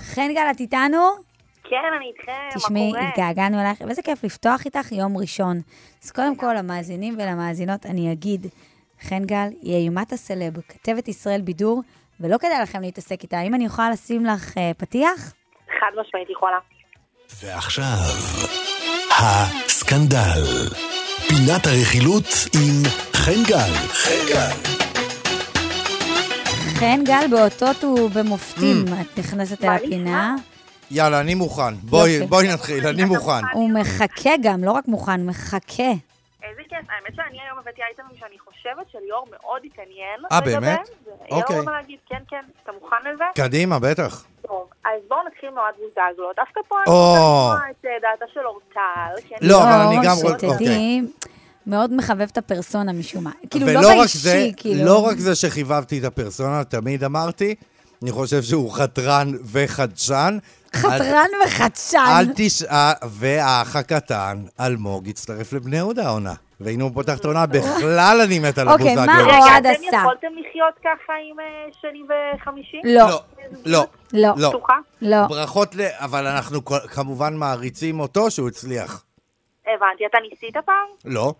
חן גל, את איתנו? כן, אני איתכם, מה תשמעי, קורה? התגעגענו אלייך, ואיזה כיף לפתוח איתך יום ראשון. אז קודם כל, למאזינים ולמאזינות, אני אגיד, חן גל היא אימת הסלב, כתבת ישראל בידור, ולא כדאי לכם להתעסק איתה. האם אני יכולה לשים לך אה, פתיח? חד משמעית יכולה. ועכשיו, הסקנדל. פינת הרכילות עם חן גל. חן גל. חן גל באותות ובמופתים, Mm. את נכנסת אל מה איתך? הפינה. יאללה, אני מוכן. בואי, יופי. בואי נתחיל, אני מוכן. הוא מחכה גם, לא רק מוכן, מחכה. איזה כיף, האמת שאני היום הבאתי אייטמים שאני חושבת שליאור מאוד התעניין. אה, לגביהם. באמת? זה- יהיה אוקיי. לו מה להגיד, כן, כן, אתה מוכן לזה? קדימה, בטח. טוב, אז בואו נתחיל מאוהד בוזגלו. דווקא פה אני או. רוצה לשמוע את אה, דעתה של אורטל. כי אני- לא, אבל אני גם לא, רוצה- אוקיי. שתדעי, מאוד מחבב את הפרסונה משום מה. כאילו, לא ולא רק זה, באישי, כאילו. לא רק זה שחיבבתי את הפרסונה, תמיד אמרתי, אני חושב שהוא חתרן וחדשן. חתרן וחדשן. אל תשעה, והאח הקטן, אלמוג, הצטרף לבני יהודה העונה. והנה הוא פותח את העונה, בכלל אני מת על אוקיי, הבוזגלו. מה רגע, אוהד אתם עשה. יכולתם לחיות ככה עם אה, שני וחמישי? לא, לא, לא, לא. בטוחה? לא. ברכות ל... אבל אנחנו כ- כמובן מעריצים אותו שהוא הצליח. הבנתי, אתה ניסית פעם? לא.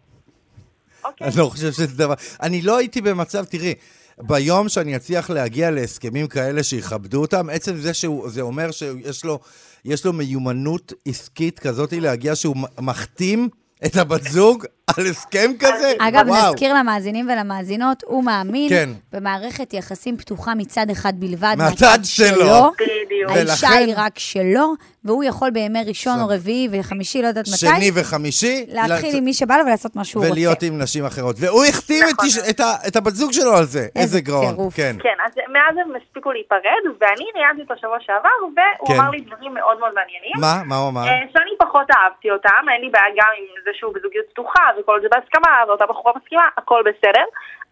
אוקיי. אני לא חושב שזה דבר... אני לא הייתי במצב, תראי, ביום שאני אצליח להגיע להסכמים כאלה שיכבדו אותם, עצם זה שזה אומר שיש לו, יש לו מיומנות עסקית כזאת להגיע שהוא מ- מחתים את הבת זוג על הסכם כזה? אגב, וואו. נזכיר למאזינים ולמאזינות, הוא מאמין כן. במערכת יחסים פתוחה מצד אחד בלבד. מהצד שלו. כן. בדיוק. האישה ולכן- היא רק שלו, והוא יכול בימי ראשון או רביעי וחמישי, לא יודעת שני מתי, וחמישי. להתחיל לצ- עם מי שבא לו ולעשות מה שהוא רוצה. ולהיות עם נשים אחרות. והוא הכתיב את נכון. איש- את ה- את הבת זוג שלו על זה. איזה גאון. טירוף. כן. כן, אז מאז הם הספיקו להיפרד, ואני ראיינתי אותו שבוע שעבר, והוא כן. אמר לי דברים מאוד מאוד מעניינים. מה? מה הוא אמר? אה, שאני פחות אהבתי אותם, אין לי בעיה גם עם זה שהוא בזוגיות פתוחה, וכל זה בהסכמה, ואותה בחורה מסכימה, הכל בסדר.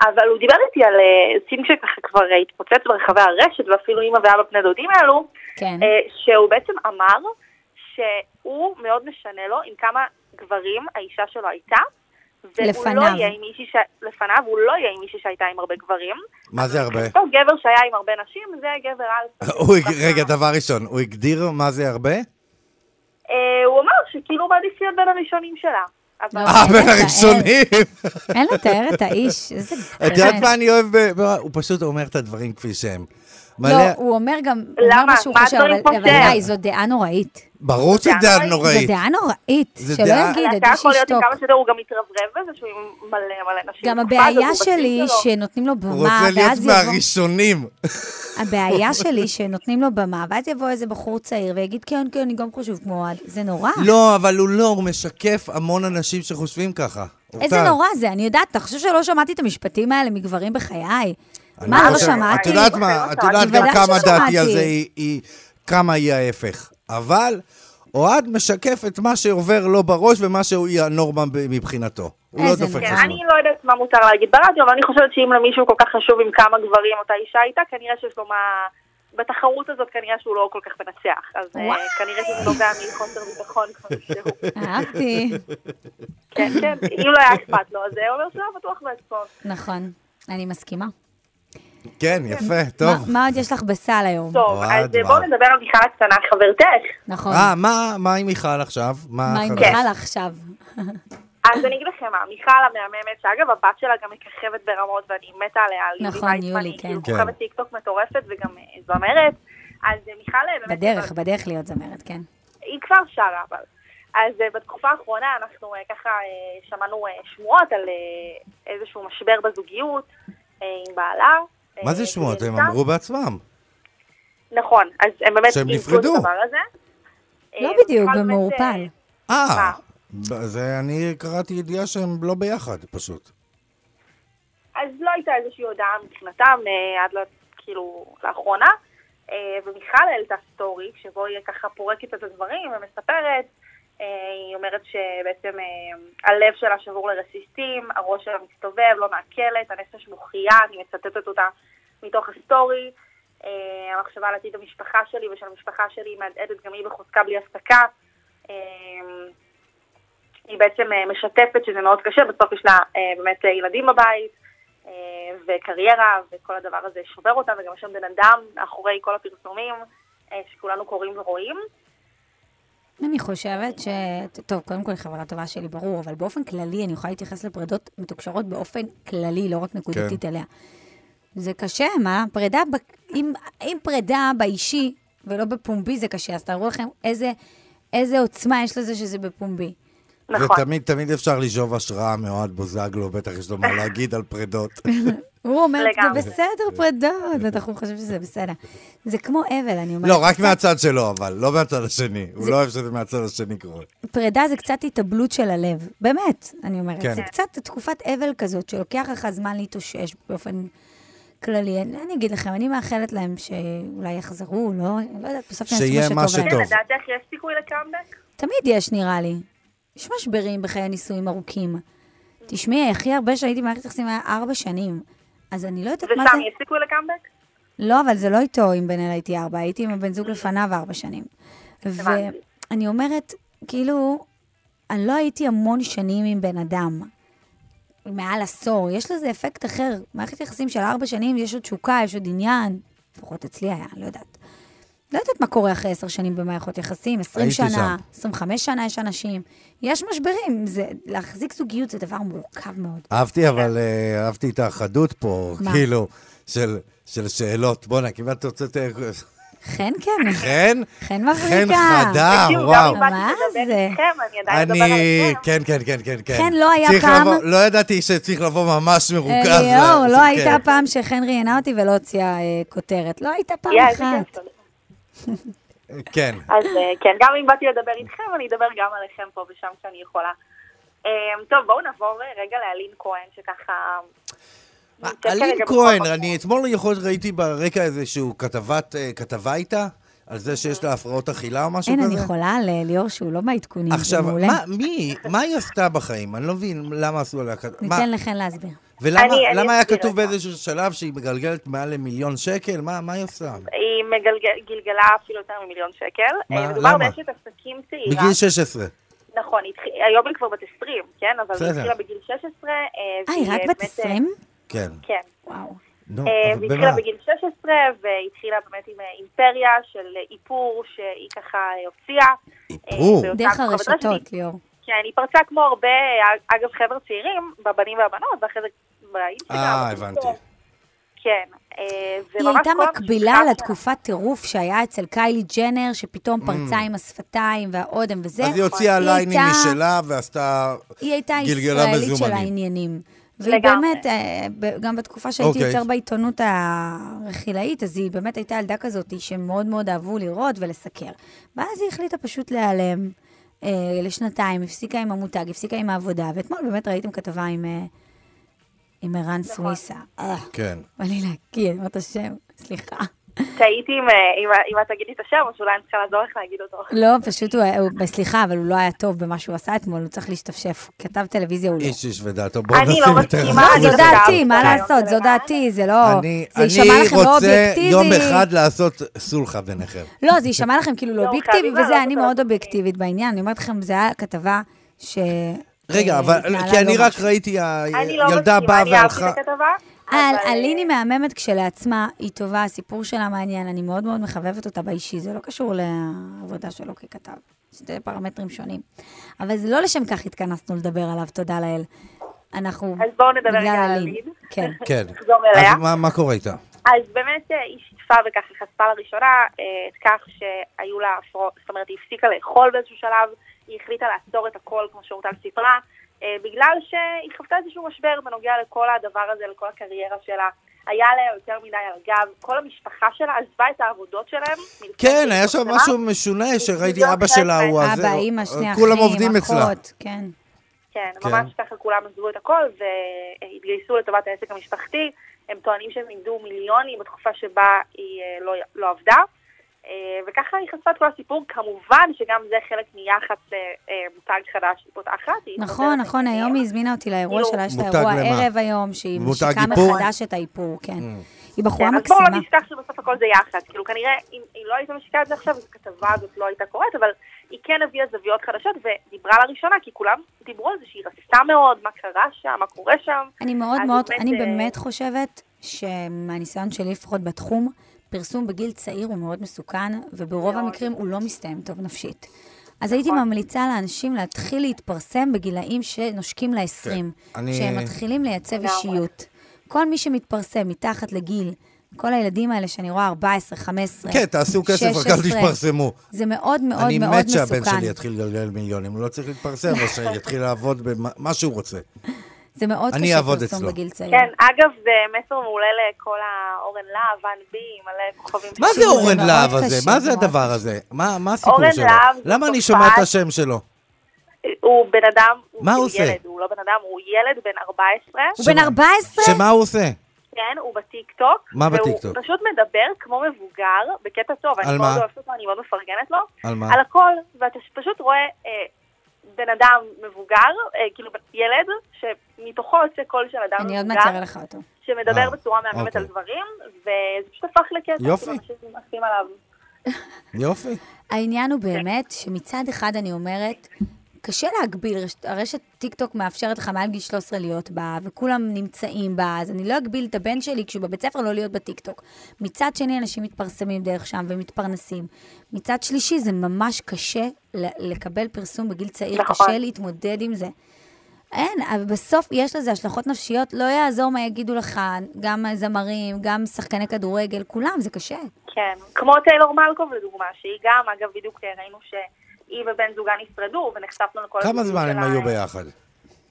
אבל הוא דיבר איתי על אה, סין שככה כבר אה, התפוצץ ברחבי הרשת, ואפילו אימא ואבא בני דודים האלו, כן. אה, שהוא בעצם אמר שהוא מאוד משנה לו עם כמה גברים האישה שלו הייתה. והוא לא לפניו. יהיה עם מישהי ש- לפניו, הוא לא יהיה עם מישהי שהייתה עם הרבה גברים. מה זה הרבה? אותו גבר שהיה עם הרבה נשים, זה גבר אלפא. הוא- רגע, דבר ראשון, הוא הגדיר מה זה הרבה? לא, אה, הוא אמר שכאילו הוא מעדיף להיות בין הראשונים שלה. אבל... לא. אה, אין בין לתאר. הראשונים. אין לתאר את האיש, איזה... את יודעת באמת. מה אני אוהב? ב- ב- הוא פשוט אומר את הדברים כפי שהם. מלא... כן. לא, הוא אומר גם, הוא אומר למה? מה שהוא מה חושב, הדברים אבל כמו אבל שהם? די, זו דעה נוראית. ברור שזה דעה זו נוראית. דעה נוראית, זה שלא דעה- יגיד, אבל עדיף אתה יכול להיות עם שישתוק. כמה שיותר, הוא גם מתרברב בזה שהוא עם מלא מלא נשים. גם בתקופה הבעיה הזאת, הוא שלי, בשיא שלו. שנותנים לו הוא רוצה במה, להיות ואז יבוא... אה. מהראשונים. הבעיה שלי, שנותנים לו במה, ואז יבוא איזה בחור צעיר ויגיד, כן, כן, אני גם חושב כמו אוהד. זה נורא. לא, אבל הוא לא, הוא משקף המון אנשים שחושבים ככה. איזה אורטל. נורא זה, אני יודעת, אתה חושב שלא שמעתי את המשפטים האלה מגברים בחיי? אני מה, לא חושב- שמעתי? את יודעת מה, את יודעת גם בוודאי כמה דעתי על ששמעתי. זה היא- היא, כמה היא ההפך. אבל אוהד משקף את מה שעובר לו בראש ומה שהוא היא הנורמה ב- מבחינתו. הוא לא איזה דופק כן, נורא. חשבון. אני לא יודעת מה מותר להגיד ברדיו, אבל אני חושבת שאם למישהו כל כך חשוב עם כמה גברים אותה אישה הייתה, כנראה שיש לו מה... בתחרות הזאת כנראה שהוא לא כל כך מנצח. אז אה, וואי. כנראה שזה נובע מחוסר ביטחון כלשהו. אהבתי, כן, כן, אם לא היה אכפת לו, אז זה אומר שהוא היה בטוח בעצמו. נכון, אני מסכימה. כן, יפה, טוב. מה- מה עוד יש לך בסל היום? טוב, וואד, אז אה, וואד. בואו נדבר על מיכל הקטנה, חברתך. נכון. אה, מה, מה עם מיכל עכשיו? מה עם חדש? בכלל עכשיו? אז אני אגיד לכם מה, מיכל המהממת, שאגב הבת שלה גם מככבת ברמות ואני מתה עליה, לילי נכון, ויצמן, יולי, היא כן. כאילו כן. כוכבת טיקטוק מטורפת וגם אה, זמרת, אז אה, מיכל אה, באמת... בדרך, בדרך להיות זמרת, כן. היא כבר שרה אבל. אז אה, בתקופה האחרונה אנחנו אה, ככה אה, שמענו אה, שמועות על אה, איזשהו משבר בזוגיות אה, עם בעלה. מה אה, זה שמועות? הם נמצא- אמרו בעצמם. נכון, אז הם באמת... שהם ניצלו את נפרדו. הדבר הזה. לא אה, בדיוק, מיכל באמת, במעורפל. אה, אה, מה? ב- זה אני קראתי ידיעה שהם לא ביחד, פשוט. אז לא הייתה איזושהי הודעה מבחינתם אה, עד לא, כאילו לאחרונה, אה, ומיכל העלתה סטורי, שבו היא ככה פורקת את הדברים ומספרת, אה, היא אומרת שבעצם אה, הלב שלה שבור לרסיסים, הראש שלה מסתובב, לא מעכלת, הנפש מוכייה, אני מצטטת אותה מתוך הסטורי, אה, המחשבה על עתיד המשפחה שלי ושל המשפחה שלי מהדהדת גם היא בחוזקה בלי הפסקה. אה, היא בעצם אה, משתפת שזה מאוד קשה, בסוף יש לה אה, באמת אה, ילדים בבית, אה, וקריירה, וכל הדבר הזה שובר אותה, וגם יש שם בן אדם מאחורי כל הפרסומים, אה, שכולנו קוראים ורואים. אני חושבת ש... טוב, קודם כל היא חברה טובה שלי, ברור, אבל באופן כללי, אני יכולה להתייחס לפרידות מתוקשרות באופן כללי, לא רק נקודתית אליה. זה קשה, מה? פרידה, ב- אם, אם פרידה באישי ולא בפומבי זה קשה, אז תארו לכם איזה, איזה עוצמה יש לזה שזה בפומבי. נכון. ותמיד, תמיד אפשר לשאוב השראה מאוהד בוזגלו, בטח יש לו מה להגיד על פרדות. הוא אומר, לגמרי. זה בסדר פרידות, ואנחנו חושבים שזה בסדר. זה כמו אבל, אני אומרת. לא, רק קצת- מהצד שלו, אבל, לא מהצד השני. הוא לא אוהב שזה מהצד השני קורה. פרידה זה קצת התאבלות של הלב, באמת, אני אומרת. כן. כן. זה קצת תקופת אבל כזאת, שלוקח לך זמן להתאושש באופן כללי. אני, אני אגיד לכם, אני מאחלת להם שאולי יחזרו, לא, לא יודעת, בסוף יעשו שיהיה מה מה שטוב שטוב. להם. לדעתך כן, יש סיכוי לקאמבק? תמיד יש, נראה לי. יש משברים בחיי נישואים ארוכים. תשמעי, הכי הרבה שהייתי במערכת יחסים היה ארבע שנים. אז אני לא יודעת מה זה... וסמי, יש סיכוי לקאמבק? לא, אבל זה לא איתו עם בן אל הייתי ארבע, הייתי עם הבן זוג לפניו ארבע שנים. הבנתי. ואני אומרת, כאילו, אני לא הייתי המון שנים עם בן אדם. מעל עשור, יש לזה אפקט אחר. מערכת יחסים של ארבע שנים, יש עוד תשוקה, יש עוד עניין. לפחות אצלי היה, אני לא יודעת. לא יודעת מה קורה אחרי עשר שנים במערכות יחסים, עשרים הייתי שנה, שם. עשרים וחמש שנה יש אנשים. יש משברים, זה, להחזיק זוגיות זה דבר מורכב מאוד. אהבתי, אבל אה, אהבתי את האחדות פה, כן. מה? כאילו, של, של שאלות. בואנה, כמעט הוצאת... אה, חן כן, חן? חן מבריקה. חן חדה, תקשיבו, אה, גם וואו. אם מה באתי לדבר זה? איתכם, אני עדיין מדבר אני... עליכם. כן, כן, כן, כן, כן. חן, לא היה צריך פעם- לבוא- לא ידעתי שצריך לבוא ממש מרוכז. אליהו, ל- לא זה- הייתה כן. פעם שחן ראיינה אותי ולא הוציאה אה, כותרת. לא הייתה פעם יא, איזה כיף אחת. לנו. כן. אז אה, כן, גם אם באתי לדבר איתכם, אני אדבר גם עליכם פה ושם כשאני יכולה. אה, טוב, בואו נעבור אה, רגע לאלין כהן, שככה... נמצאת אה, אלין כרגע בכל כהן, מקום. אני אתמול יכול ראיתי ברקע איזשהו כתבת, אה, כתבה איתה, על זה שיש לה הפרעות אכילה או משהו אין, כזה. אני חולה על אה, ליאור שהוא לא מהעדכונים, זה עכשיו, מעולה. מה, מי, מה היא עשתה בחיים? אני לא מבין למה עשו עליה כזה. מה- ניתן לכן להסביר. אה, ולמה אני- אני למה היה אסביר כתוב לך. באיזשהו שלב שהיא מגלגלת מעל למיליון שקל? מה, מה היא עושה? היא מגלגל- גלגלה אפילו יותר ממיליון שקל. מה? אה, מדובר למה? באשת עסקים צעירה. בגיל 16. נכון, היא התחיל- היום היא כבר בת 20, כן? אבל בסדר. היא התחילה בגיל 16. אה, היא רק בת 20? כן. כן. וואו. נו, אה, אבל והיא במה? התחילה בגיל 16, והתחילה באמת עם אה, אימפריה של אה, איפור שהיא ככה אה, הוציאה. איפור? אה, בהוצאה דרך בכוכבת רשת. הרשתות, ליאור. כן, היא פרצה כמו הרבה, אה, אגב, חבר'ה צעירים, בבנים והבנות, ואחרי זה באינסטגרם. אה, בטוויטר. הבנתי. כן. אה, זה היא ממש הייתה כל המשפחה מקבילה שלה. לתקופת טירוף שהיה אצל קיילי ג'נר, שפתאום פרצה עם השפתיים והאודם וזה. Mm. אז היא הוציאה ליינים נכון. הייתה- משלה ועשתה... היא הייתה גלגלה ישראלית של מזומנים. העניינים. והיא לגמרי. באמת, אה, ב- גם בתקופה שהייתי אוקיי. יותר בעיתונות הרכילאית, אז היא באמת הייתה ילדה כזאת שמאוד מאוד אהבו לראות ולסקר. ואז היא החליטה פשוט להיעלם אה, לשנתיים, הפסיקה עם המותג, הפסיקה עם העבודה, ואתמול באמת ראיתם כתבה עם, אה, עם ערן סוויסה. אה, כן. בא לי להקיא, אני אומרת השם, סליחה. תהיתי אם, אה, אם ה- אם את תגידי את השם, או שאולי אני צריכה לעזור לך להגיד אותו. אה, לא, פשוט הוא, הוא, סליחה, אבל הוא לא היה טוב במה שהוא עשה אתמול, הוא צריך להשתפשף. כתב טלוויזיה הוא לא. איש איש ודעתו. בואו אני לא נשים את מסכימה, מה, אני זו לא דעתי, יודעת. מה כן. לעשות? זו אבל- דעתי, זה לא... אני, זה יישמע לכם אני לא רוצה אובייקטיבי. יום אחד לעשות סולחה ביניכם. לא, זה יישמע לכם כאילו לא לא, אובייקטיבי, חייבים וזה, לעלות אני אותו מאוד לתוכנית. אובייקטיבית בעניין. אני אומרת לכם, זה היה כתבה ש... רגע, אה, אבל, התנהלה כי אני לא רק משהו. ראיתי, ה- אני לא ילדה באה מסכימה, אני אהבתי והלכה... את הכתבה. על- אבל, אה, אלין היא מהממת כשלעצמה, היא טובה, הסיפור שלה מעניין, אני מאוד מאוד מחבבת אותה באישי, זה לא קשור לעבודה שלו ככתב, שני פרמטרים שונים. אבל זה לא לשם כך התכנסנו לדבר עליו, תודה לאל. אנחנו... אז בואו נדבר בגלל רגע על אלין. אלין. כן. כן. נחזור אליה. אז מה- מה קורה איתה? אז באמת אה, היא שיתפה וככה חשפה לראשונה אה, את כך שהיו לה הפרעות, זאת אומרת היא הפסיקה לאכול באיזשהו שלב, היא החליטה לעצור את הכל כמו שאורטל סיפרה, אה, בגלל שהיא חוותה איזשהו משבר בנוגע לכל הדבר הזה, לכל הקריירה שלה. היה לה יותר מדי על הגב, כל המשפחה שלה עזבה את העבודות שלהם. מלפני כן, שהיא היה שם התפרסמה. משהו משונה שראיתי היא אבא שלה, יוצאת הוא הזה, אבא, אימא, שני אה, כולם אחים, עובדים אצלה. אחות, כן. כן, כן. ממש ככה כולם עזבו את הכל והתגייסו לטובת העסק המשפחתי. הם טוענים שהם איבדו מיליונים בתקופה שבה היא אה, לא, לא עבדה. אה, וככה היא חשפה את כל הסיפור. כמובן שגם זה חלק מיח"צ אה, אה, מותג חדש שהיא פותחת. היא נכון, חוזרת נכון, לקנייה. היום היא הזמינה אותי לאירוע כאילו, שלה, יש לה לא. מותג אירוע למה? ערב היום, שהיא מותג משיקה איפור? אה. מחדש את האיפור, כן. היא כן, בחורה אז בואו לא מקסימה. נשכח שבסוף הכל זה יח"צ. כאילו כנראה, אם היא לא הייתה משיקה את זה עכשיו, אז הכתבה הזאת לא הייתה קורית, אבל היא כן הביאה זוויות חדשות ודיברה לראשונה, כי כולם דיברו על זה שהיא רצתה מאוד, מה קרה שם, מה קורה שם. אני מאוד אז מאוד, באמת, אני אה, באמת חושבת שמהניסיון שלי, לפחות בתחום, פרסום בגיל צעיר הוא מאוד מסוכן, וברוב מאוד. נכון. המקרים הוא לא מסתיים טוב נפשית. אז הייתי ממליצה לאנשים להתחיל להתפרסם בגילאים שנושקים ל-20, כן, אני- שהם מתחילים לייצב לגמרי. אישיות. כל מי שמתפרסם מתחת לגיל, כל הילדים האלה שאני רואה, 14, 15, כן, תעשו כסף, אחר כך 16, תתפרסמו. זה מאוד מאוד אני מאוד מסוכן. מת שהבן שלי יתחיל לגלגל מיליונים, הוא לא צריך להתפרסם, או שיתחיל לעבוד במה שהוא רוצה. זה מאוד אני קשה אעבוד פרסום אצלו. בגיל צעיר. כן, אגב, זה מסר מעולה לכל האורן להב, אן בי, מלא כוכבים. מה זה חשובים. אורן מאוד להב הזה? קשה, מה זה מאוד הדבר הזה? מה מה הסיפור אורן שלו? להב זה למה אני תופעה- שומע את השם שלו? הוא בן אדם, מה הוא הוא עושה? ילד, הוא לא בן אדם, הוא ילד בן 14, הוא בן שמה- 14? שמה הוא עושה? כן, הוא בטיקטוק. מה והוא בטיקטוק? פשוט מדבר כמו מבוגר, בקטע טוב, על אני מה? מאוד אוהבת אותו, אני מאוד מפרגנת לו. על מה? על הכל, ואתה פשוט רואה אה, בן אדם מבוגר, אה, כאילו ילד, שמתוכו יוצא קול של אדם אני עוד מעט מבוגר, אראה לך אותו. שמדבר אה, בצורה מהממת אוקיי. על דברים, וזה פשוט הפך לקטע, יופי. כאילו אנשים עפים עליו. יופי. העניין הוא באמת שמצד אחד אני אומרת, קשה להגביל, רשת- הרשת טיקטוק מאפשרת לך מעל גיל 13 להיות בה, וכולם נמצאים בה, אז אני לא אגביל את הבן שלי כשהוא בבית ספר לא להיות בטיקטוק. מצד שני, אנשים מתפרסמים דרך שם ומתפרנסים. מצד שלישי, זה ממש קשה ל- לקבל פרסום בגיל צעיר, נכון. קשה להתמודד עם זה. אין, אבל בסוף יש לזה השלכות נפשיות, לא יעזור מה יגידו לך, גם זמרים, גם שחקני כדורגל, כולם, זה קשה. כן, כמו טיילור מלקוב לדוגמה, שהיא גם, אגב, בדיוק אה, ראינו שהיא ובן זוגה נפרדו, ונחשפנו לכל... כמה הסיפור זמן הם שלה. היו ביחד?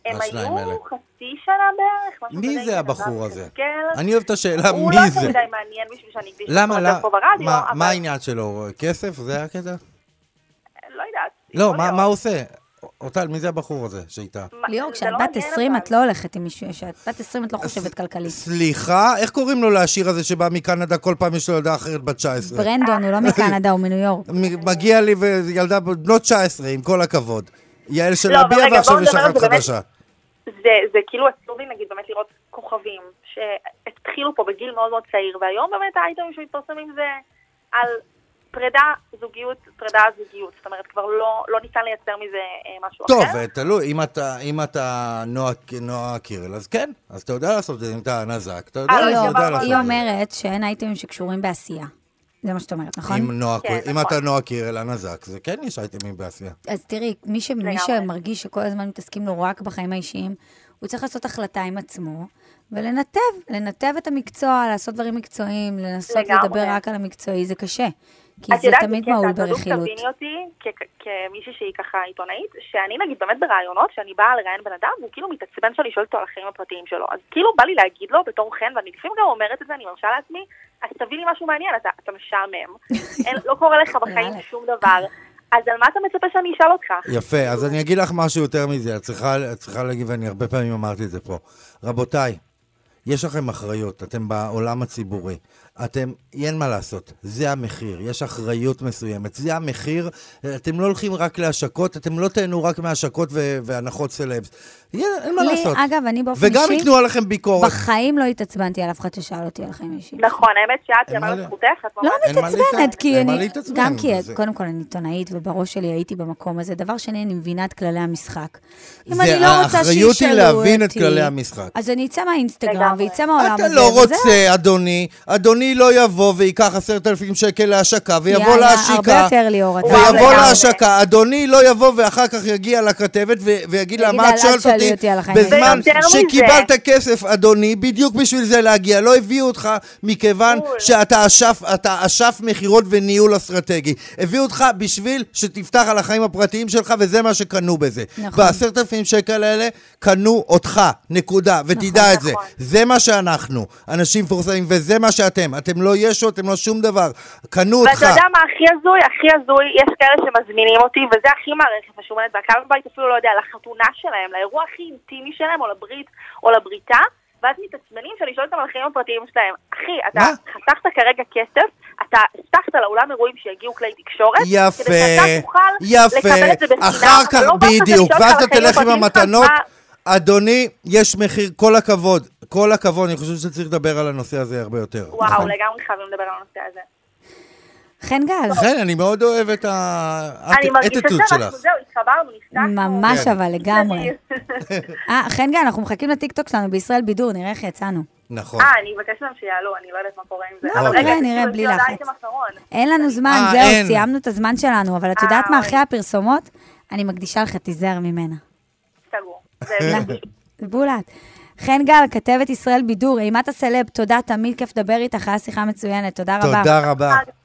הם השניים האלה? היו חצי שנה בערך, משהו כזה, כן, מי עם זה הבחור נדב הזה? יחזקאל. אני אוהב את השאלה כן. הוא מי לא זה. יותר מדי מעניין בשביל שאני אקדיש את למה? כל למה? הדף פה ברדיו, מה- אבל מה העניין שלו? כסף? זה הקטע? לא יודעת. לא, יכול מה להיות. מה הוא עושה? אורטל, מי זה הבחור הזה שאיתה? מה- ליאור, זה כשאת לא בת מעניין 20 אבל. את לא הולכת עם מישהו, כשאת בת 20 את לא חושבת כלכלית. סליחה, איך קוראים לו לשיר הזה שבא מקנדה, כל פעם יש לו ילדה אחרת בת 19? ברנדון אה, הוא לא מקנדה, הוא מניו יורק. מ- מגיע לי וילדה בנות 19, עם כל הכבוד. יעל לא, אבל שלביה, רגע, ועכשיו בואו יש נדבר על אחת זה באמת. אוקיי. חדשה. זה, זה כאילו עצוב לי נגיד באמת לראות כוכבים שהתחילו פה בגיל מאוד מאוד צעיר, והיום באמת האייטמים שמתפרסמים זה על פרידה, זוגיות, פרידה, זוגיות. זאת אומרת, כבר לא, לא ניתן לייצר מזה אה, משהו טוב, אחר. תלוי, אם אתה, אם אתה נועה, נועה קירל, אז כן, אז אתה יודע לעשות את זה, אם אתה נזק, אתה יודע, אה, אתה לא, יודע אבל לעשות את היא זה. אומרת שאין אייטמים שקשורים בעשייה. זה מה שאת אומרת, נכון? אם, נועה, כן, כן, אם נכון. אתה נועה קירל הנזק, זה כן יש אייטמים בעשייה. אז תראי, מי, ש... מי לגמרי. שמרגיש שכל הזמן מתעסקים לו רק בחיים האישיים, הוא צריך לעשות החלטה עם עצמו ולנתב, לנתב את המקצוע, לעשות דברים מקצועיים, לנסות לגמרי. לדבר רק על המקצועי, זה קשה. כי את זה יודעת, תמיד בקטע, מהול את בדיוק ברכילות. תביני אותי כ- כמישהי שהיא ככה עיתונאית, שאני נגיד באמת בראיונות, שאני באה לראיין בן אדם, והוא כאילו מתעצבן שאני שואלת אותו על החיים הפרטיים שלו. אז כאילו בא לי להגיד לו בתור חן, ואני לפעמים גם אומרת את זה, אני מרשה לעצמי, אז תביא לי משהו מעניין, אתה, אתה משעמם, אין, לא קורה לך בחיים יאללה. שום דבר, אז על מה אתה מצפה שאני אשאל אותך? יפה, אז אני אגיד לך משהו יותר מזה, את צריכה, את צריכה להגיד, ואני הרבה פעמים אמרתי את זה פה. רבותיי, יש לכם אחריות, אתם בעולם הציבורי. אתם, אין מה לעשות, זה המחיר, יש אחריות מסוימת, זה המחיר. אתם לא הולכים רק להשקות, אתם לא תהנו רק מהשקות ו- והנחות סלבס. אין אין מה לי, לעשות. אגב, אני באופן וגם אישי- ייתנו עליכם ביקורת. בחיים לא התעצבנתי על אף אחד ששאל אותי על חיים אישיים. נכון, האמת שאת, אין מה שאמרת לה- זכותך, את לא ממש... אין מה להתעצבן, מתעצבנת, כי אין מה אני... להתעצבן, גם כי, זה- קודם כל, אני עיתונאית, ובראש שלי הייתי במקום הזה. דבר שני, אני מבינה את כללי המשחק. אם זה- אני לא רוצה שישאלו האחריות אותי... היא להבין את כללי המשחק. אז אני אצא מהאינסטגרם, לגמרי. ואצא מהעולם הזה, אתה לא וזהו. רוצה, אדוני. אדוני לא יבוא וייקח עשרת אלפים שקל להשקה, ויבוא יאללה, להשיקה. הרבה יותר, ליאור, אתה ויבוא לגמרי. להשקה. אדוני לא יבוא ואחר כך יגיע לכתבת ו- ויגיד לה, ויגיד מה לה, את "אל שואלת תשאלי אותי? אותי על החיים בזמן האישיים". ויותר מזה. שקיבלת כסף, אדוני, בדיוק בשביל זה להגיע. לא הביאו אותך מכיוון בול. שאתה אשף- אתה אשף מכירות וניהול אסטרטגי. הביאו אותך בשביל שתפתח על החיים הפרטיים שלך, וזה מה שקנו בזה. נכון. בעשרת אלפים שקל האלה קנו אותך, נקודה, ותדע את זה. נכון. זה מה שאנחנו, אנשים מפורסמים, וזה מה שאתם. אתם לא ישו, אתם לא שום דבר. קנו אותך. ואתה יודע מה הכי הזוי? הכי הזוי, יש כאלה שמזמינים אותי, וזה הכי מערכת משומנת, והקהל בבית אפילו לא יודע, לחתונה שלהם, לאירוע הכי אינטימי שלהם, או לברית, או לבריתה, ואז מתעצבנים שאני שואלת אותם על החיים הפרטיים שלהם. אחי, אתה מה? חסכת כרגע כסף, אתה הבטחת לאולם אירועים שיגיעו כלי תקשורת, יפה, כדי שאתה תוכל לקבל את זה יפה. בחינם, אחר כך, אבל לא באת בדיוק. לשאול ואז אותך אתה על החיים תלך עם הפרטיים שלך, המתנות. מה- אדוני, יש מחיר, כל הכבוד. כל הכבוד, אני חושב שצריך לדבר על הנושא הזה הרבה יותר. וואו, נכון. לגמרי חייבים לדבר על הנושא הזה. חן גל. לכן, אני מאוד אוהב את ה- אני מרגישה האטיטוד שאנחנו, שלך. זהו, התחברנו, נפתחנו. ממש כן. אבל לגמרי. אה, חן גל, אנחנו מחכים לטיקטוק שלנו בישראל בידור, נראה איך יצאנו. נכון. אה, אני אבקש מהם שיעלו, אני לא יודעת מה קורה עם זה. לא, אבל נראה, רגע, נראה, תגידו, בלי זה עוד לחץ. אייטם אחרון. אין לנו זמן, אה, אין. זהו, סיימנו את הזמן שלנו, אבל את יודעת אה, מה, אוי. אחרי הפרסומות, אני מקדישה לך, תיזהר ממנה. סגור. לה- בולת. חן גל, כתבת ישראל בידור, אימת הסלב, תודה, תמיד כיף לדבר איתך, היה שיחה מצוינת, תודה רבה. תודה רבה. לא. זה...